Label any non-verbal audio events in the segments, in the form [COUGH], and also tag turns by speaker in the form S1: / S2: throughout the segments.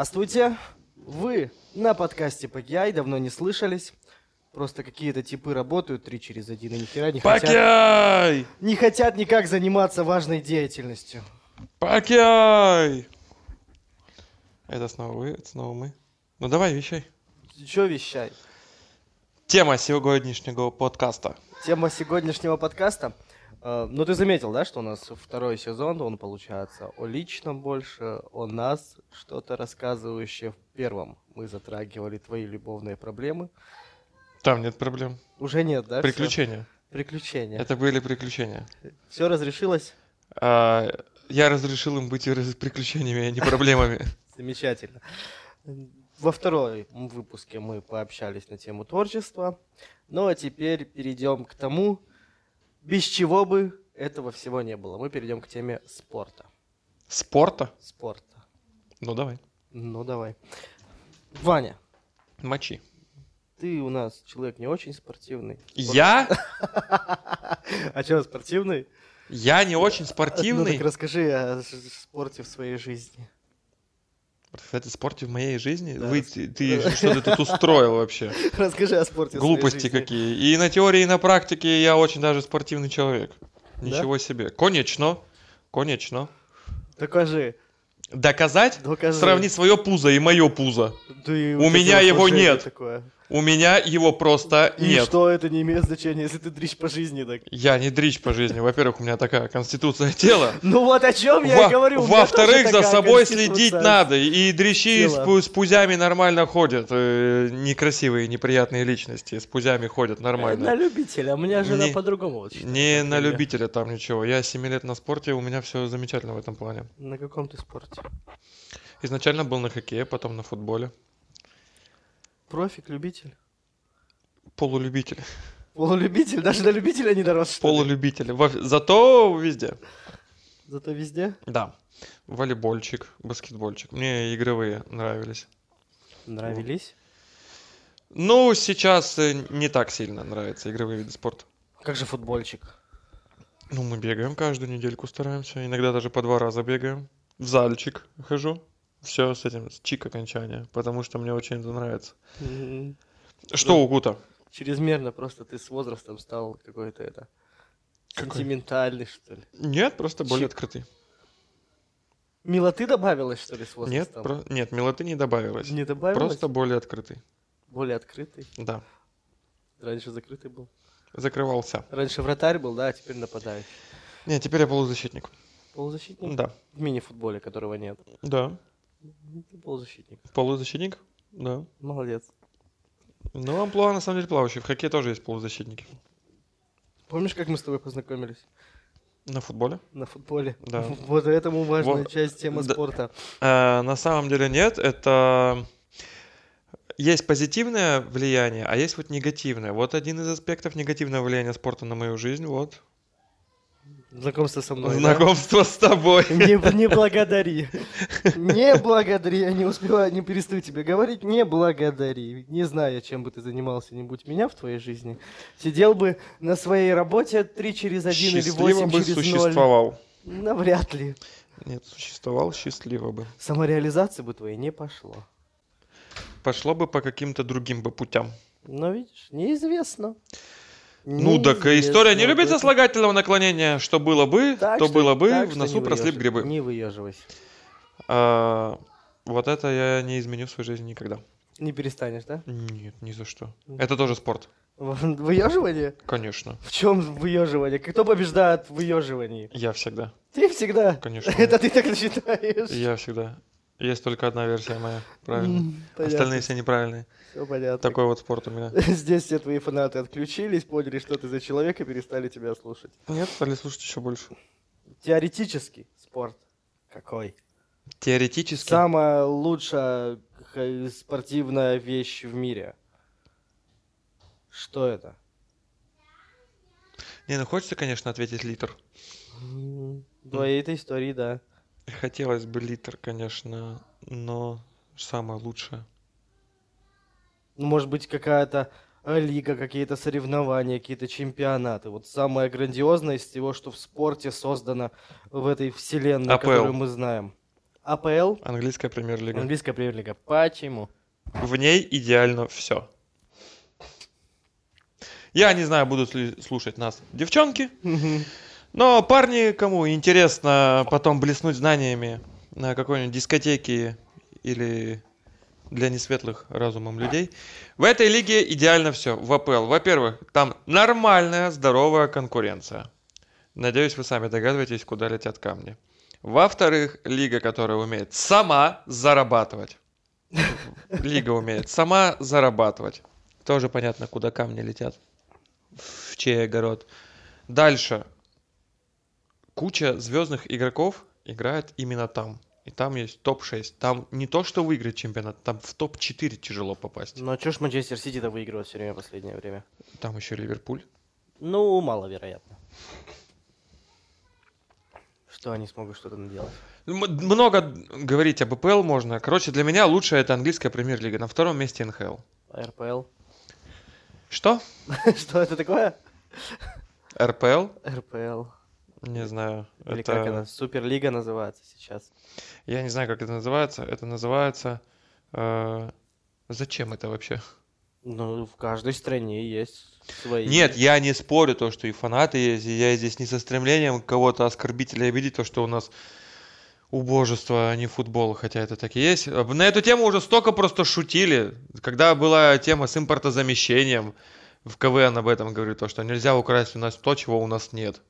S1: Здравствуйте. Вы на подкасте PGI, давно не слышались. Просто какие-то типы работают три через один и ни хера не хотят,
S2: Пакяй!
S1: не хотят никак заниматься важной деятельностью.
S2: Пакяй! Это снова вы, это снова мы. Ну давай, вещай.
S1: Чё вещай?
S2: Тема сегодняшнего подкаста.
S1: Тема сегодняшнего подкаста. э, ну, ты заметил, да, что у нас второй сезон, он получается о личном больше, о нас, что-то рассказывающее в первом. Мы затрагивали твои любовные проблемы.
S2: Там нет проблем.
S1: Уже нет, да? всё?
S2: Приключения.
S1: Приключения.
S2: Это были приключения.
S1: Все разрешилось?
S2: А, я разрешил им быть раз- приключениями, а не проблемами.
S1: Замечательно. Во второй выпуске мы пообщались на тему творчества. Ну а теперь перейдем к тому, без чего бы этого всего не было. Мы перейдем к теме спорта.
S2: Спорта?
S1: [LAUGHS] Спорта.
S2: Ну давай.
S1: Ну давай. Ваня,
S2: Мочи.
S1: ты у нас человек не очень спортивный.
S2: Я?
S1: [LAUGHS] А что, спортивный?
S2: Я
S1: [LAUGHS]
S2: не очень
S1: Ну
S2: спортивный.
S1: так расскажи о с- спорте в своей жизни. [LAUGHS]
S2: Кстати, спорте в моей жизни.
S1: Да,
S2: Вы,
S1: рас-
S2: ты, ты что ты тут устроил вообще?
S1: Расскажи о спорте в своей
S2: Глупости
S1: жизни.
S2: какие. И на теории, и на практике я очень даже спортивный человек.
S1: Да?
S2: Ничего себе. Конечно. Конечно.
S1: Докажи.
S2: Доказать?
S1: Докажи.
S2: Сравни свое пузо и мое пузо.
S1: Да и
S2: У
S1: вот
S2: меня
S1: это
S2: его
S1: служение
S2: нет.
S1: такое.
S2: У меня его просто
S1: И
S2: нет.
S1: что это не имеет значения, если ты дрищ по жизни так?
S2: Я не дрищ по жизни. Во-первых, у меня такая конституция [LAUGHS] тела.
S1: Ну вот о чем я
S2: Во-
S1: и говорю. у меня тоже
S2: Во-вторых, за
S1: такая
S2: собой
S1: конституция.
S2: следить надо. И дрищи с,
S1: тела.
S2: пу- с пузями нормально ходят. Э, Некрасивые, неприятные личности с пузями ходят нормально.
S1: На любителя, у меня жена
S2: Не-
S1: по-другому. вот считает,
S2: Не на
S1: например.
S2: любителя там ничего. Я 7 лет на спорте, у меня все замечательно в этом плане.
S1: На каком ты спорте?
S2: Изначально был на хоккее, потом на футболе.
S1: Профик, любитель?
S2: [LAUGHS] Полулюбитель.
S1: Полулюбитель? Даже до любителя не дорос, что ли?
S2: Полулюбитель. Во- Зато везде.
S1: Зато везде
S2: Да. Волейбольчик, баскетбольчик. Мне игровые нравились.
S1: нравились.
S2: Ну, сейчас э, не так сильно нравятся игровые виды спорта.
S1: Как же футбольчик?
S2: Ну, мы бегаем каждую недельку, стараемся. Иногда даже по два раза бегаем. В зальчик хожу. Все с этим, с чик окончания, потому что мне очень это нравится.
S1: М,
S2: Что
S1: Ну,
S2: у Гута?
S1: Чрезмерно просто ты с возрастом стал какой-то это...
S2: Какой?
S1: Сентиментальный, что ли?
S2: Нет, просто более
S1: Чик.
S2: открытый.
S1: Милоты добавилась, что ли, с
S2: Нет,
S1: возрастом?
S2: про- нет, милоты не добавилось.
S1: Не добавилась?
S2: Просто более открытый.
S1: Более открытый.
S2: Да.
S1: Раньше закрытый был.
S2: Закрывался.
S1: Раньше вратарь был, да, а теперь нападающий.
S2: Нет, теперь я полузащитник.
S1: Полузащитник?
S2: Да.
S1: В мини-футболе, которого нет.
S2: Да.
S1: Ну, ты Полузащитник.
S2: Полузащитник? Да.
S1: Молодец.
S2: Ну, амплуа на самом деле плавающий. В хоккее тоже есть полузащитники.
S1: Помнишь, как мы с тобой познакомились?
S2: На футболе?
S1: На футболе.
S2: Да.
S1: [LAUGHS] Вот этому важная
S2: Вот.
S1: часть темы
S2: Да.
S1: спорта.
S2: Э, на самом деле нет. Это есть позитивное влияние, а есть вот негативное. Вот один из аспектов негативного влияния спорта на мою жизнь. Вот.
S1: Знакомство со мной. да?
S2: Знакомство с тобой.
S1: [LAUGHS] Не, не
S2: [LAUGHS]
S1: благодари. Не благодари. Я не успеваю, не перестаю тебе говорить. Не благодари. Не знаю, чем бы ты занимался, не будь меня в твоей жизни. Сидел бы на своей работе 3 через 1 или
S2: Счастливо
S1: 8
S2: бы
S1: через 0.
S2: существовал.
S1: Навряд ли.
S2: Нет, существовал счастливо бы.
S1: Самореализации бы твоей не пошло.
S2: Пошло бы по каким-то другим бы путям.
S1: Но Ну, видишь, неизвестно.
S2: Ну, так и история не
S1: Неизвестно.
S2: любит сослагательного наклонения. Что было бы,
S1: Так
S2: то
S1: что-
S2: было бы,
S1: так
S2: в
S1: что
S2: носу
S1: не
S2: просли б
S1: выёжив-
S2: грибы.
S1: Не выеживайся.
S2: А, вот это я не изменю в своей жизни никогда.
S1: Не перестанешь, да?
S2: Нет, ни за что.
S1: Мгм.
S2: Это тоже спорт,
S1: Выеживание?
S2: конечно.
S1: В чем выеживание? Кто побеждает в выеживании?
S2: Я всегда,
S1: Ты всегда.
S2: конечно.
S1: Это ты так считаешь?
S2: Я всегда. Есть только одна версия моя, правильно. Остальные
S1: Остальные.
S2: все неправильные.
S1: Все понятно.
S2: Такой вот спорт у меня.
S1: Здесь все твои фанаты отключились, поняли, что ты за человек и перестали тебя слушать.
S2: Нет, стали слушать еще больше.
S1: Теоретический спорт. Какой?
S2: Теоретически.
S1: Самая лучшая х- спортивная вещь в мире. Что это?
S2: Не, ну хочется, конечно, ответить литр.
S1: М, Твоей этой истории, да.
S2: Хотелось бы литр, конечно, но самое лучшее.
S1: Ну, Может быть, какая-то э, лига, какие-то соревнования, какие-то чемпионаты. Вот самое грандиозное из всего, что в спорте создано в этой вселенной,
S2: АПЛ.
S1: которую мы знаем. АПЛ,
S2: Английская премьер-лига.
S1: английская премьер-лига. Почему?
S2: В ней идеально все. Я не знаю, будут ли слушать нас девчонки, но парни, кому интересно потом блеснуть знаниями на какой-нибудь дискотеке или для несветлых разумом людей, в этой лиге идеально все. В АПЛ, во-первых, там нормальная, здоровая конкуренция. Надеюсь, вы сами догадываетесь, куда летят камни. Во-вторых, лига, которая умеет сама зарабатывать. Лига умеет сама зарабатывать. Тоже понятно, куда камни летят. В чей огород. Дальше. Куча звездных игроков играет именно там. И там есть топ-6. Там не то, что выиграть чемпионат, там в топ-4 тяжело попасть.
S1: Ну а чё ж Манчестер Сити-то выигрывает все время в последнее время?
S2: Там еще Ливерпуль.
S1: Ну, маловероятно. Что они смогут что-то наделать?
S2: Ну, М- Много говорить об АПЛ можно. Короче, для меня лучше это английская премьер-лига. На втором месте НХЛ.
S1: РПЛ.
S2: Что?
S1: [LAUGHS] Что это такое?
S2: РПЛ?
S1: РПЛ.
S2: Не знаю.
S1: Или
S2: это-
S1: как она? Суперлига называется сейчас.
S2: Я не знаю, как это называется. Это называется... э, Зачем это вообще?
S1: Ну, в каждой стране есть свои.
S2: Нет, я не спорю то, что и фанаты есть, и я здесь не со стремлением кого-то оскорбить или обидеть, то, что у нас убожество, а не футбол, хотя это так и есть. Э, На эту тему уже столько просто шутили, когда была тема с импортозамещением, в КВН об этом говорит, то, что нельзя украсть у нас то, чего у нас нет.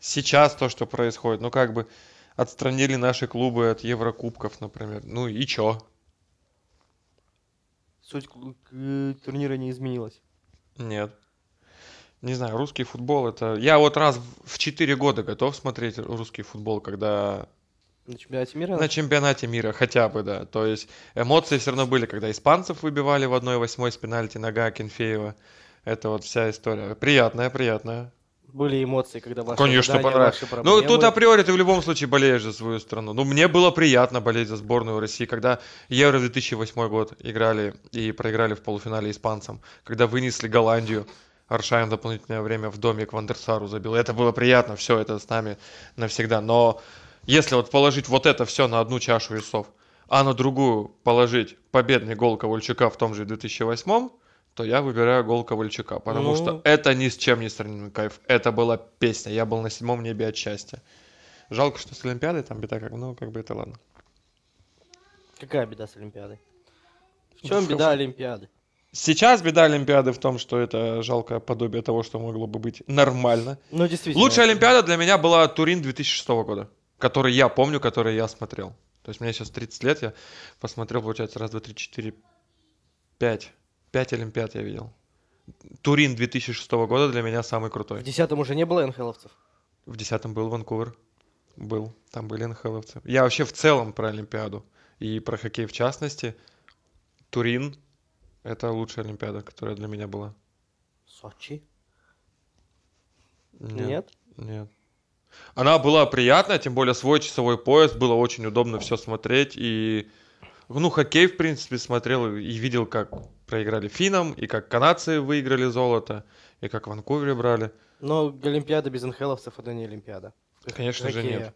S2: Сейчас то, что происходит, ну как бы отстранили наши клубы от Еврокубков, например. Ну и чё?
S1: Суть к- к- турнира не изменилась.
S2: Нет. Не знаю, русский футбол это... Я вот раз в- в 4 года готов смотреть русский футбол, когда
S1: На чемпионате мира?
S2: на чемпионате мира хотя бы, да. То есть эмоции все равно были, когда испанцев выбивали в 1-8 с пенальти нога Кенфеева. Это вот вся история. Приятная, приятная.
S1: Были эмоции, когда ваши
S2: Конечно,
S1: ожидания,
S2: понравилось.
S1: ваши
S2: Ну, тут
S1: проблемы.
S2: априори ты в любом случае болеешь за свою страну. Ну, мне было приятно болеть за сборную России, когда Евро 2008 год играли и проиграли в полуфинале испанцам, когда вынесли Голландию. Аршайн в дополнительное время в доме к Вандерсару забил. Это было приятно, все это с нами навсегда. Но если вот положить вот это все на одну чашу весов, а на другую положить победный гол Ковальчука в том же 2008 то я выбираю гол Ковальчука, потому
S1: Ну.
S2: что это ни с чем не сравнимый кайф. Это была песня, я был на седьмом небе от счастья. Жалко, что с Олимпиадой там беда, как, ну, как бы это ладно.
S1: Какая беда с Олимпиадой? В
S2: Ну,
S1: чем
S2: в-
S1: беда Олимпиады?
S2: Сейчас беда Олимпиады в том, что это жалкое подобие того, что могло бы быть нормально.
S1: Ну, действительно.
S2: Лучшая Олимпиада для меня была Турин 2006 года, который я помню, который я смотрел. То есть мне сейчас 30 лет, я посмотрел, получается, раз, два, три, четыре, пять. Пять Олимпиад я видел. Турин 2006 года для меня самый
S1: В
S2: крутой.
S1: десятом уже не было НХЛовцев?
S2: В десятом был Ванкувер. Был. Там были НХЛовцы. Я вообще в целом про Олимпиаду. И про хоккей в частности. Турин. Это лучшая Олимпиада, которая для меня была.
S1: Сочи?
S2: Нет.
S1: Нет?
S2: Нет. Она была приятная, тем более свой часовой пояс. Было очень удобно все смотреть. И, ну, хоккей, в принципе, смотрел и видел, как проиграли финнам, и как канадцы выиграли золото, и как в Ванкувере брали.
S1: Но Олимпиада без НХЛовцев это не Олимпиада.
S2: Конечно же,
S1: Хоккея.
S2: нет.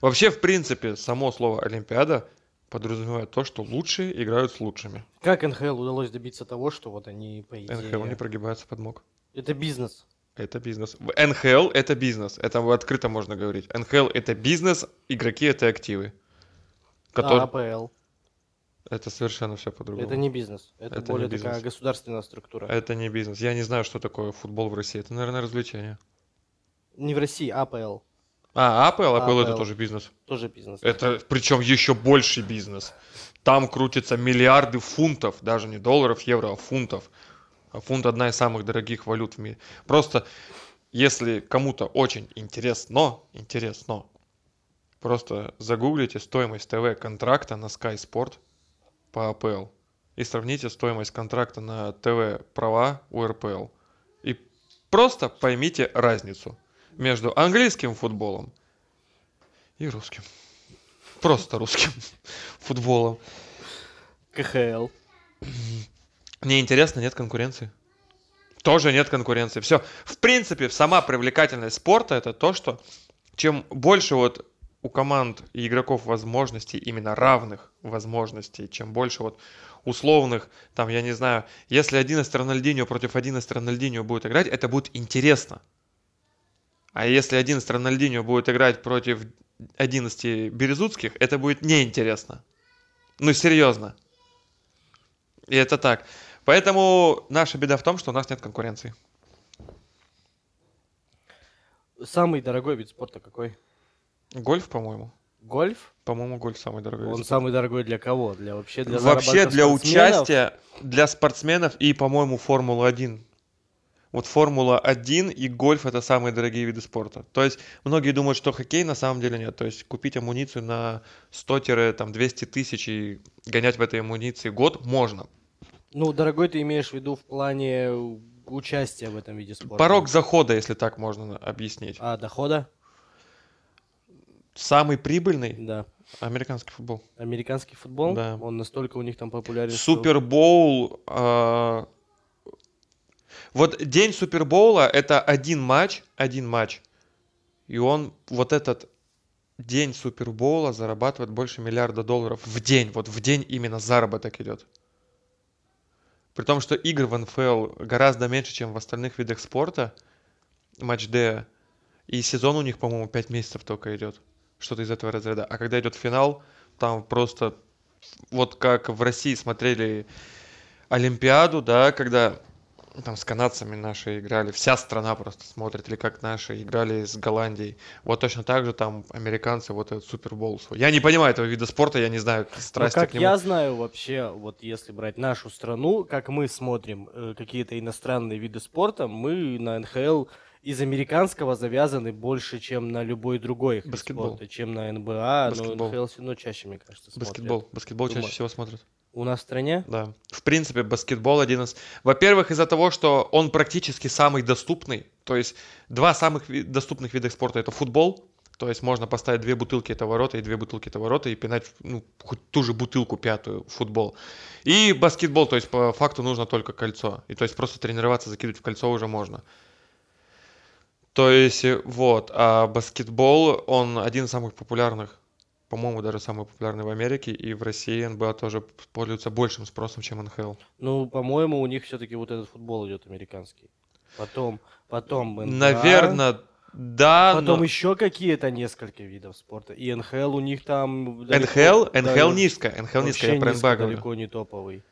S2: Вообще, в принципе, само слово Олимпиада подразумевает то, что лучшие играют с лучшими.
S1: Как НХЛ удалось добиться того, что вот они, по идее...
S2: НХЛ не прогибается под мог.
S1: Это бизнес.
S2: Это бизнес. В НХЛ это бизнес. Это вот открыто можно говорить. НХЛ это бизнес, игроки это активы.
S1: А
S2: Которые...
S1: АПЛ.
S2: Это совершенно все по-другому.
S1: Это не бизнес. Это,
S2: Это не
S1: более
S2: бизнес. А-
S1: такая государственная структура.
S2: Это не бизнес. Я не знаю, что такое футбол в России. Это, наверное, развлечение.
S1: Не в России, АПЛ.
S2: А, АПЛ, АПЛ это
S1: APL.
S2: тоже бизнес.
S1: Тоже бизнес.
S2: Это причем еще больше бизнес. Там крутятся миллиарды фунтов, даже не долларов, евро, а фунтов. А фунт одна из самых дорогих валют в мире. Просто если кому-то очень интересно, интересно, просто загуглите стоимость ТВ-контракта на Sky Sport по АПЛ и сравните стоимость контракта на ТВ-права у РПЛ. И просто поймите разницу между английским футболом и русским. Просто русским [LAUGHS] футболом.
S1: КХЛ.
S2: Мне интересно, нет конкуренции. Тоже нет конкуренции. Все. В принципе, сама привлекательность спорта это то, что чем больше вот у команд и игроков возможностей, именно равных возможностей, чем больше вот условных, там, я не знаю, если один из Рональдиньо против один из Рональдиньо будет играть, это будет интересно. А если один из Рональдиньо будет играть против 11 Березутских, это будет неинтересно. Ну, серьезно. И это так. Поэтому наша беда в том, что у нас нет конкуренции.
S1: Самый дорогой вид спорта какой?
S2: Гольф, по-моему.
S1: Гольф?
S2: По-моему, гольф самый дорогой. вид
S1: Он
S2: спорта.
S1: самый дорогой для кого? Для вообще для
S2: Э,
S1: заработка
S2: Вообще для
S1: спортсменов?
S2: участия, для спортсменов и, по-моему, Формула-1. Вот Формула-1 и гольф это самые дорогие виды спорта. То есть многие думают, что хоккей на самом деле нет. То есть купить амуницию на 100-200 тысяч и гонять в этой амуниции год можно.
S1: Ну, дорогой ты имеешь в виду в плане участия в этом виде спорта.
S2: Порог захода, если так можно объяснить.
S1: А, дохода?
S2: Самый прибыльный
S1: Да.
S2: американский футбол.
S1: Американский футбол?
S2: Да.
S1: Он настолько у них там популярен. что-
S2: Супербоул. а, Вот день Супербоула это один матч, один матч. И он вот этот день Супербоула зарабатывает больше миллиарда долларов в день. Вот в день именно заработок идет. При том, что игр в НФЛ гораздо меньше, чем в остальных видах спорта. Матч Д. И сезон у них, по-моему, 5 месяцев только идет. Что-то из этого разряда. А когда идет финал, там просто вот как в России смотрели Олимпиаду, да, когда там с канадцами наши играли, вся страна просто смотрит, или как наши играли с Голландией. Вот точно так же там американцы вот этот Супербол свой. Я не понимаю этого вида спорта, я не знаю
S1: Ну,
S2: страсти
S1: как
S2: к нему.
S1: я знаю вообще, вот если брать нашу страну, как мы смотрим э, какие-то иностранные виды спорта, мы на НХЛ из американского завязаны больше, чем на любой другой их вид
S2: Баскетбол.
S1: спорта, чем на НБА,
S2: Баскетбол.
S1: но НХЛ все равно чаще, мне кажется, смотрят.
S2: Баскетбол. Баскетбол чаще
S1: Думаю.
S2: всего смотрят.
S1: У нас в стране?
S2: Да. В принципе, баскетбол один из... Во-первых, из-за того, что он практически самый доступный. То есть два самых ви- доступных вида спорта это футбол. То есть можно поставить две бутылки этого рота и две бутылки этого рота и пинать ну, хоть ту же бутылку пятую в футбол. И баскетбол, то есть по факту нужно только кольцо. И то есть просто тренироваться, закидывать в кольцо уже можно. То есть э, вот, а баскетбол, он один из самых популярных по-моему, даже самый популярный в Америке, и в России НБА тоже п- пользуется большим спросом, чем НХЛ.
S1: Ну, по-моему, у них все-таки вот этот футбол идет американский. Потом, потом НБА.
S2: Наверное, да,
S1: А? Потом
S2: но
S1: еще какие-то несколько видов спорта. И НХЛ у них там...
S2: НХЛ,
S1: далеко-
S2: НХЛ
S1: да,
S2: низко, НХЛ низко,
S1: вообще
S2: я про НБА
S1: низко,
S2: говорю.
S1: далеко не топовый.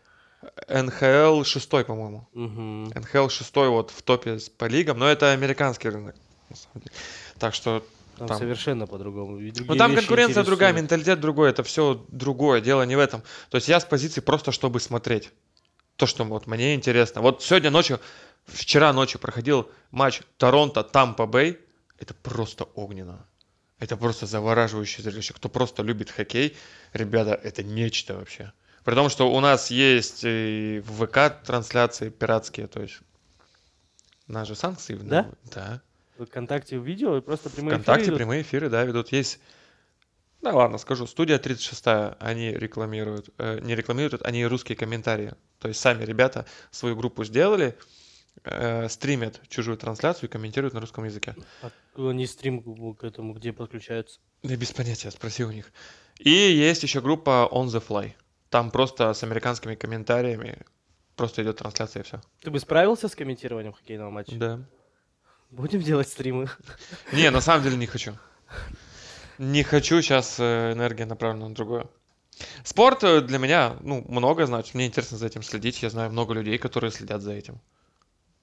S2: НХЛ шестой, по-моему.
S1: Мгм.
S2: НХЛ шестой вот в топе с- по лигам, но это американский рынок, на самом деле. Так что
S1: Там,
S2: Там.
S1: совершенно по-другому. И
S2: Ну
S1: другие
S2: там
S1: вещи
S2: конкуренция другая,
S1: интересуют.
S2: менталитет другой, это все другое, дело не в этом. То есть я с позиции просто чтобы смотреть. То, что вот мне интересно. Вот сегодня ночью, вчера ночью проходил матч Торонто-Тампа-Бэй. Это просто огненно. Это просто завораживающее зрелище. Кто просто любит хоккей, ребята, это нечто вообще. При том, что у нас есть и в ВК трансляции пиратские, то есть у нас же санкции. в-
S1: Да?
S2: Да.
S1: Вконтакте видео и просто прямые
S2: ВКонтакте
S1: эфиры идут.
S2: прямые эфиры, да, ведут. Есть. Да ладно, скажу. Студия 36 они рекламируют, э, не рекламируют, они русские комментарии. То есть сами ребята свою группу сделали, э, стримят чужую трансляцию и комментируют на русском языке.
S1: Откуда Они стрим к- к этому, где подключаются.
S2: Да без понятия, спроси у них. И есть еще группа On the Fly. Там просто с американскими комментариями просто идет трансляция и все.
S1: Ты бы справился с комментированием хоккейного матча?
S2: Да.
S1: Будем делать стримы.
S2: Не, на самом деле не хочу. Не хочу, сейчас энергия направлена на другое. Спорт э, для меня, ну, много значит. Мне интересно за этим следить. Я знаю много людей, которые следят за этим.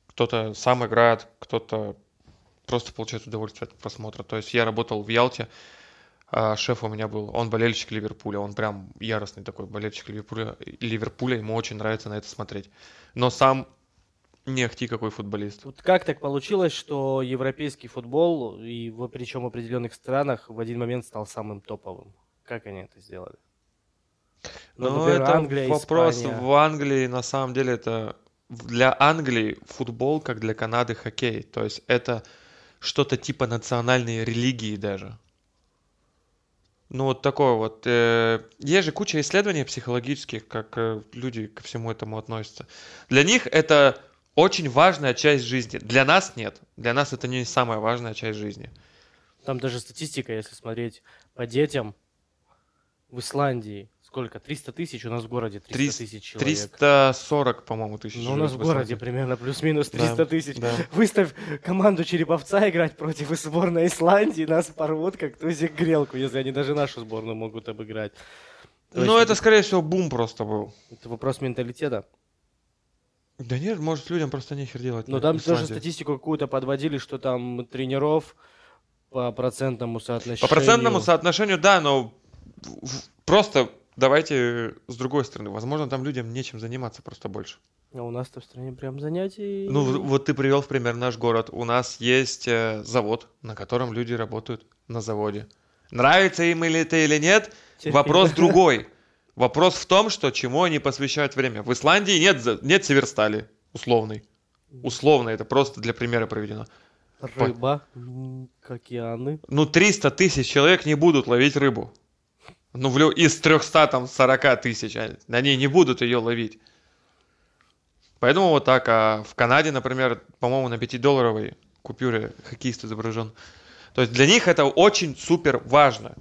S2: Кто-то сам играет, кто-то просто получает удовольствие от просмотра. То есть я работал в Ялте, а шеф у меня был, он болельщик Ливерпуля, он прям яростный такой болельщик Ливерпуля, Ливерпуля, ему очень нравится на это смотреть. Но сам не ахти какой футболист.
S1: Вот как так получилось, что европейский футбол, и в- причем в определенных странах, в один момент стал самым топовым? Как они это сделали? Ну,
S2: Ну,
S1: например,
S2: это
S1: Англия,
S2: вопрос
S1: Испания.
S2: в Англии, на самом деле, это в- для Англии футбол, как для Канады хоккей. То есть это что-то типа национальной религии даже. Ну, вот такое вот. э, Есть же куча исследований психологических, как э, люди ко всему этому относятся. Для них это очень важная часть жизни. Для нас нет. Для нас это не самая важная часть жизни.
S1: Там даже статистика, если смотреть по детям в Исландии сколько? 300 тысяч? У нас в городе 300
S2: Трис-
S1: тысяч человек.
S2: 340, по-моему, тысяч.
S1: Ну, у нас в
S2: живет
S1: городе
S2: Исландии.
S1: примерно плюс-минус
S2: Да,
S1: 300 тысяч.
S2: да.
S1: Выставь команду Череповца играть против сборной Исландии, нас порвут как тузик грелку, если они даже нашу сборную могут обыграть. [LAUGHS] То
S2: Ну,
S1: есть
S2: это, скорее всего, бум просто был.
S1: Это вопрос менталитета.
S2: Да нет, может, людям просто нехер делать.
S1: Но
S2: на-
S1: Ну, там
S2: в
S1: тоже
S2: Исландии.
S1: статистику какую-то подводили, что там тренеров по процентному
S2: По
S1: соотношению.
S2: процентному соотношению, да, но в- в- просто давайте э, с другой стороны. Возможно, там людям нечем заниматься просто больше.
S1: А у нас-то в стране прям занятий.
S2: Ну, в- вот ты привел в пример наш город. У нас есть э, завод, на котором люди работают на заводе. Нравится им или это или нет,
S1: Терпи. [LAUGHS]
S2: вопрос другой. Вопрос в том, что чему они посвящают время. В Исландии нет, за- нет северстали условный. Условно, это просто для примера проведено.
S1: Рыба, м, океаны.
S2: Ну, 300 тысяч человек не будут ловить рыбу. Ну, в лю- из 300 там 40 тысяч, а они не будут ее ловить. Поэтому вот так. А в Канаде, например, по-моему, на 5-долларовой купюре хоккеист изображен. То есть для них это очень супер важно.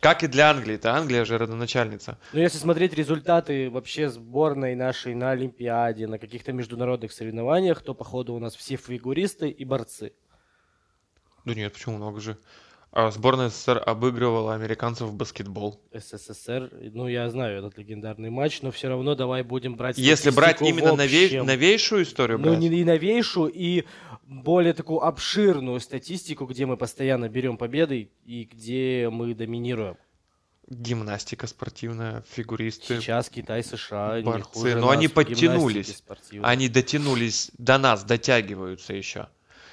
S2: Как и для Англии. Это Англия же родоначальница.
S1: Ну, если смотреть результаты вообще сборной нашей на Олимпиаде, на каких-то международных соревнованиях, то, походу, у нас все фигуристы и борцы.
S2: Да нет, почему много же? А сборная СССР обыгрывала американцев в баскетбол.
S1: СССР, ну, я знаю этот легендарный матч, но все равно давай будем брать
S2: Если брать
S1: статистику
S2: именно
S1: в
S2: новей-
S1: общем.
S2: новейшую историю,
S1: Ну,
S2: брать,
S1: не и новейшую, и более такую обширную статистику, где мы постоянно берем победы и где мы доминируем.
S2: гимнастика спортивная, фигуристы,
S1: Сейчас Китай, США, не
S2: Борцы,
S1: хуже
S2: но
S1: нас
S2: они
S1: в гимнастике
S2: подтянулись.
S1: спортивной.
S2: Они дотянулись до нас, дотягиваются еще.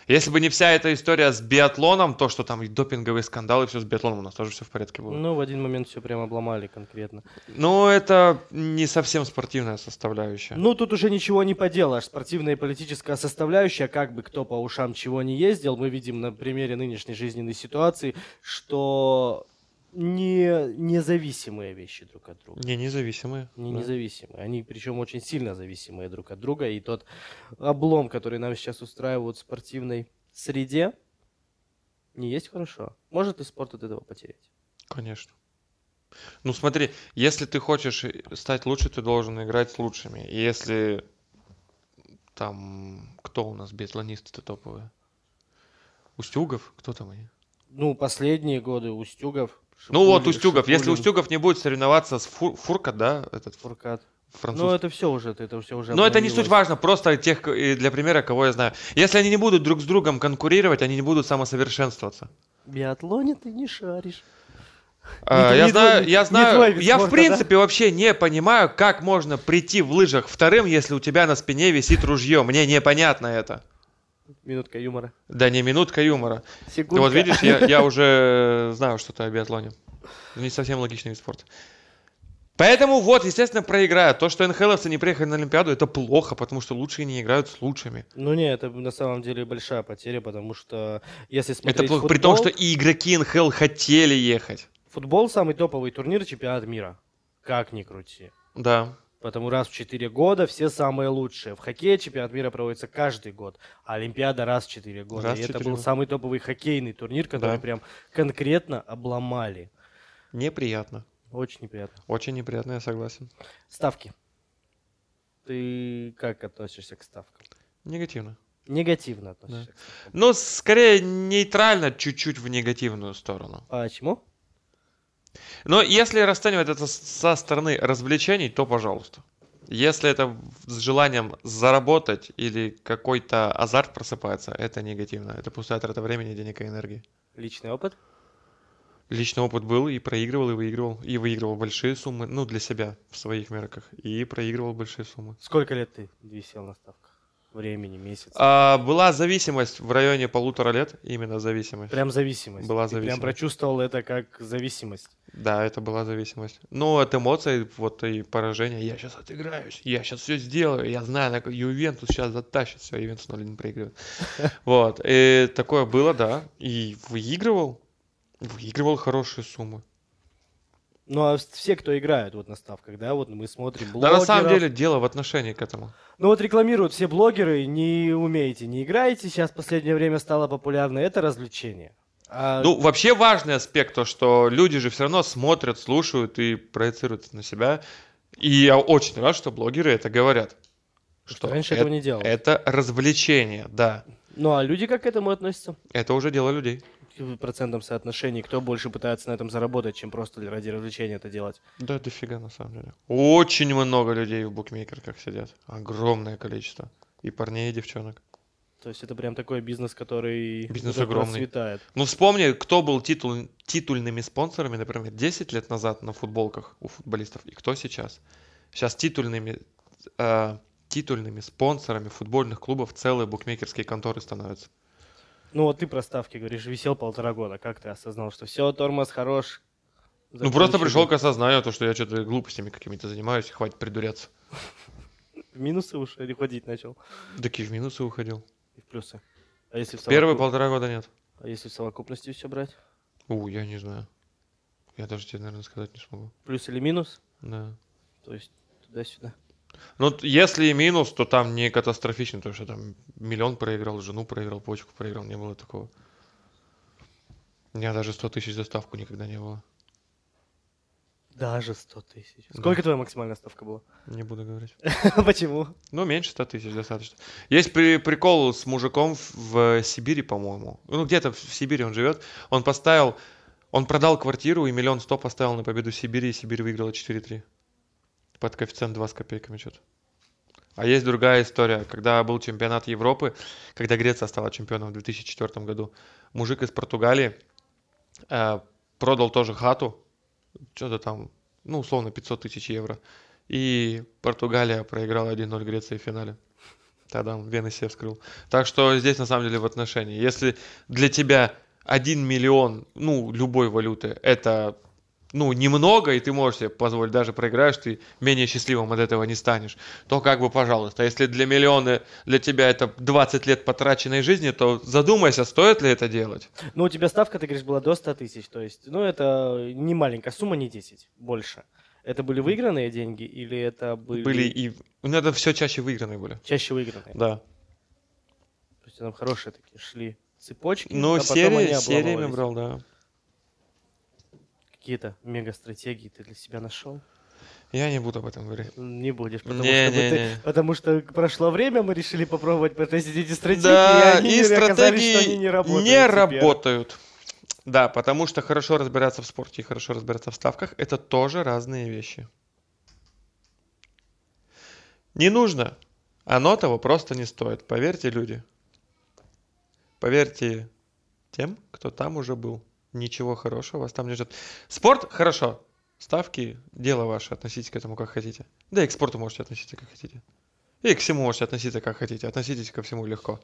S2: Если бы не вся эта история с биатлоном, то, что там и допинговый скандал, и все с биатлоном, у нас тоже все в порядке было.
S1: Ну, в один момент все прям обломали конкретно.
S2: Но это не совсем спортивная составляющая.
S1: Ну, тут уже ничего не поделаешь. Спортивная и политическая составляющая, как бы кто по ушам чего не ездил, мы видим на примере нынешней жизненной ситуации, что не независимые вещи друг от друга.
S2: Не независимые.
S1: Не
S2: да.
S1: независимые. Они причем очень сильно зависимые друг от друга. И тот облом, который нам сейчас устраивают в спортивной среде, не есть хорошо. Может и спорт от этого потерять.
S2: Конечно. Ну смотри, если ты хочешь стать лучше, ты должен играть с лучшими. И если там кто у нас биатлонисты-то топовые? Устюгов? Кто там они?
S1: Ну, последние годы Устюгов.
S2: Ну вот
S1: Шипулин-
S2: Устюгов. Если
S1: Шипулин,
S2: Устюгов не будет соревноваться с Фур- Фурка, да, этот фур-
S1: Фуркат.
S2: француз.
S1: Ну, это все уже, это все уже.
S2: Но это не суть
S1: обновилось.
S2: важно, просто тех, к- и для примера, кого я знаю. Если они не будут друг с другом конкурировать, они не будут самосовершенствоваться.
S1: биатлоне ты не шаришь.
S2: А,
S1: Не-
S2: я
S1: не
S2: знаю,
S1: твой-
S2: я
S1: не
S2: знаю,
S1: твой вид
S2: я в
S1: спорта,
S2: принципе вообще не понимаю, как можно прийти в лыжах вторым, если у тебя на спине висит ружье. Мне непонятно это.
S1: Минутка юмора.
S2: Да не минутка юмора. Ты
S1: Секунда.
S2: Ну, вот видишь, я, я уже э, знаю что-то о биатлоне. Не совсем логичный вид спорта. Поэтому вот, естественно, проиграю. То, что НХЛовцы не приехали на Олимпиаду, это плохо, потому что лучшие не играют с лучшими.
S1: Ну не, это на самом деле большая потеря, потому что если смотреть
S2: Это плохо,
S1: Ну, футбол,
S2: при том, что и игроки НХЛ хотели ехать.
S1: футбол самый топовый турнир чемпионат мира. Как ни крути.
S2: Да.
S1: Потому раз в 4 года все самые лучшие. В хоккее чемпионат мира проводится каждый год, а Олимпиада раз в 4 года.
S2: Раз в
S1: И это
S2: четыре
S1: был
S2: года.
S1: самый топовый хоккейный турнир, который
S2: Да.
S1: прям конкретно обломали.
S2: Неприятно.
S1: Очень неприятно.
S2: Очень неприятно, я согласен.
S1: Ставки. Ты как относишься к ставкам?
S2: Негативно.
S1: Негативно относишься к ставкам.
S2: Ну, скорее, нейтрально, чуть-чуть в негативную сторону.
S1: Почему?
S2: Но если расценивать это с- со стороны развлечений, то пожалуйста. Если это в- с желанием заработать или какой-то азарт просыпается, это негативно. Это пустая трата времени, денег и энергии.
S1: Личный опыт?
S2: Личный опыт был и проигрывал, и выигрывал. И выигрывал большие суммы, ну, для себя, в своих мерках. И проигрывал большие суммы.
S1: Сколько лет ты висел на ставках? Времени, месяц?
S2: А, была зависимость в районе полутора лет, именно зависимость.
S1: Прям зависимость.
S2: Была
S1: Ты прям
S2: зависимость.
S1: прочувствовал это как зависимость.
S2: Да, это была зависимость. Ну, от эмоций, вот и поражение. Я сейчас отыграюсь, я сейчас все сделаю, я знаю, на- Ювентус сейчас затащит, все, Ювентус 0 проигрывает. Вот, и такое было, да, и выигрывал, выигрывал хорошие суммы.
S1: Ну, а с- все, кто играют вот на ставках, да, вот мы смотрим
S2: Да,
S1: блогеров.
S2: на самом деле, дело в отношении к этому.
S1: Ну, вот рекламируют все блогеры, не умеете, не играете. Сейчас в последнее время стало популярно это развлечение. А,
S2: Ну, вообще важный аспект, то, что люди же все равно смотрят, слушают и проецируют на себя. И я очень рад, что блогеры это говорят. Что
S1: раньше
S2: э-
S1: этого не делал.
S2: это развлечение, да.
S1: Ну а люди как к этому относятся?
S2: Это уже дело людей.
S1: В процентном соотношении, кто больше пытается на этом заработать, чем просто ради развлечения это делать?
S2: Да, дофига на самом деле. Очень много людей в букмекерках сидят. Огромное количество. И парней, и девчонок.
S1: То есть это прям такой бизнес, который
S2: Бизнес
S1: который
S2: огромный.
S1: процветает.
S2: Ну, вспомни, кто был титул, титульными спонсорами, например, 10 лет назад на футболках у футболистов, и кто сейчас. Сейчас титульными, э, титульными спонсорами футбольных клубов целые букмекерские конторы становятся.
S1: Ну вот ты про ставки говоришь, висел полтора года. Как ты осознал, что все, тормоз хорош?
S2: Ну, просто
S1: закончили?
S2: пришел к осознанию, то, что я что-то глупостями какими-то занимаюсь, и хватит придуряться.
S1: В минусы уж или ходить начал?
S2: Такие в минусы уходил.
S1: И в плюсы. А если в,
S2: Первые
S1: совокуп-
S2: полтора года нет.
S1: а если в совокупности все брать?
S2: У, я не знаю. Я даже тебе, наверное, сказать не смогу.
S1: Плюс или минус?
S2: Да.
S1: То есть туда-сюда.
S2: Ну, т- если и минус, то там не катастрофично, потому что там миллион проиграл, жену проиграл, почку проиграл, не было такого. У меня даже 100 тысяч за ставку никогда не было.
S1: Даже 100 тысяч.
S2: Да.
S1: Сколько твоя максимальная ставка была? [LAUGHS]
S2: Не буду говорить.
S1: Почему?
S2: Ну, меньше 100 тысяч достаточно. Есть при- прикол с мужиком в, в Сибири, по-моему. Ну, где-то в, в Сибири он живет. Он поставил, он продал квартиру и миллион сто поставил на победу Сибири, и Сибирь выиграла 4-3. Под коэффициент 2 с копейками что-то. А есть другая история. Когда был чемпионат Европы, когда Греция стала чемпионом в 2004 году, мужик из Португалии э, продал тоже хату, что-то там, ну, условно, 500 тысяч евро. И Португалия проиграла 1-0 Греции в финале. Тогда он вены себе вскрыл. Так что здесь на самом деле в отношении. Если для тебя 1 миллион, ну, любой валюты, это, ну, немного, и ты можешь себе позволить, даже проиграешь, ты менее счастливым от этого не станешь, то как бы, пожалуйста. А если для миллиона, для тебя это 20 лет потраченной жизни, то задумайся, стоит ли это делать.
S1: Ну, у тебя ставка, ты говоришь, была до 100 тысяч, то есть, ну, это не маленькая сумма, не 10, больше. Это были выигранные деньги или это были,
S2: Были и... Ну, это все чаще выигранные были.
S1: чаще выигранные?
S2: Да.
S1: То есть там хорошие такие шли цепочки,
S2: Ну,
S1: а потом они
S2: серии, сериями
S1: обламывались.
S2: брал, да.
S1: Какие-то мега-стратегии ты для себя нашел?
S2: Я не буду об этом говорить.
S1: Не будешь, потому,
S2: Не,
S1: что, мы
S2: не,
S1: ты-
S2: не.
S1: потому что прошло время, мы решили попробовать протестить эти стратегии,
S2: да,
S1: и они
S2: и
S1: оказались,
S2: стратегии
S1: что они не работают.
S2: не
S1: теперь.
S2: работают. Да, потому что хорошо разбираться в спорте и хорошо разбираться в ставках это тоже разные вещи. Не нужно. Оно того просто не стоит. Поверьте, люди. Поверьте тем, кто там уже был. Ничего хорошего вас там не ждет. Спорт хорошо. Ставки дело ваше. Относитесь к этому как хотите. Да и к спорту можете относиться как хотите. И к всему можете относиться как хотите. Относитесь ко всему легко.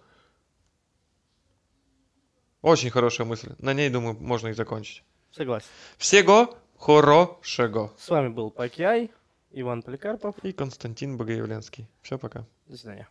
S2: Очень хорошая мысль. На ней, думаю, можно и закончить.
S1: Согласен.
S2: Всего хорошего.
S1: С вами был Пакьяй, Иван Поликарпов.
S2: И Константин Богоявленский. Все, пока.
S1: До свидания.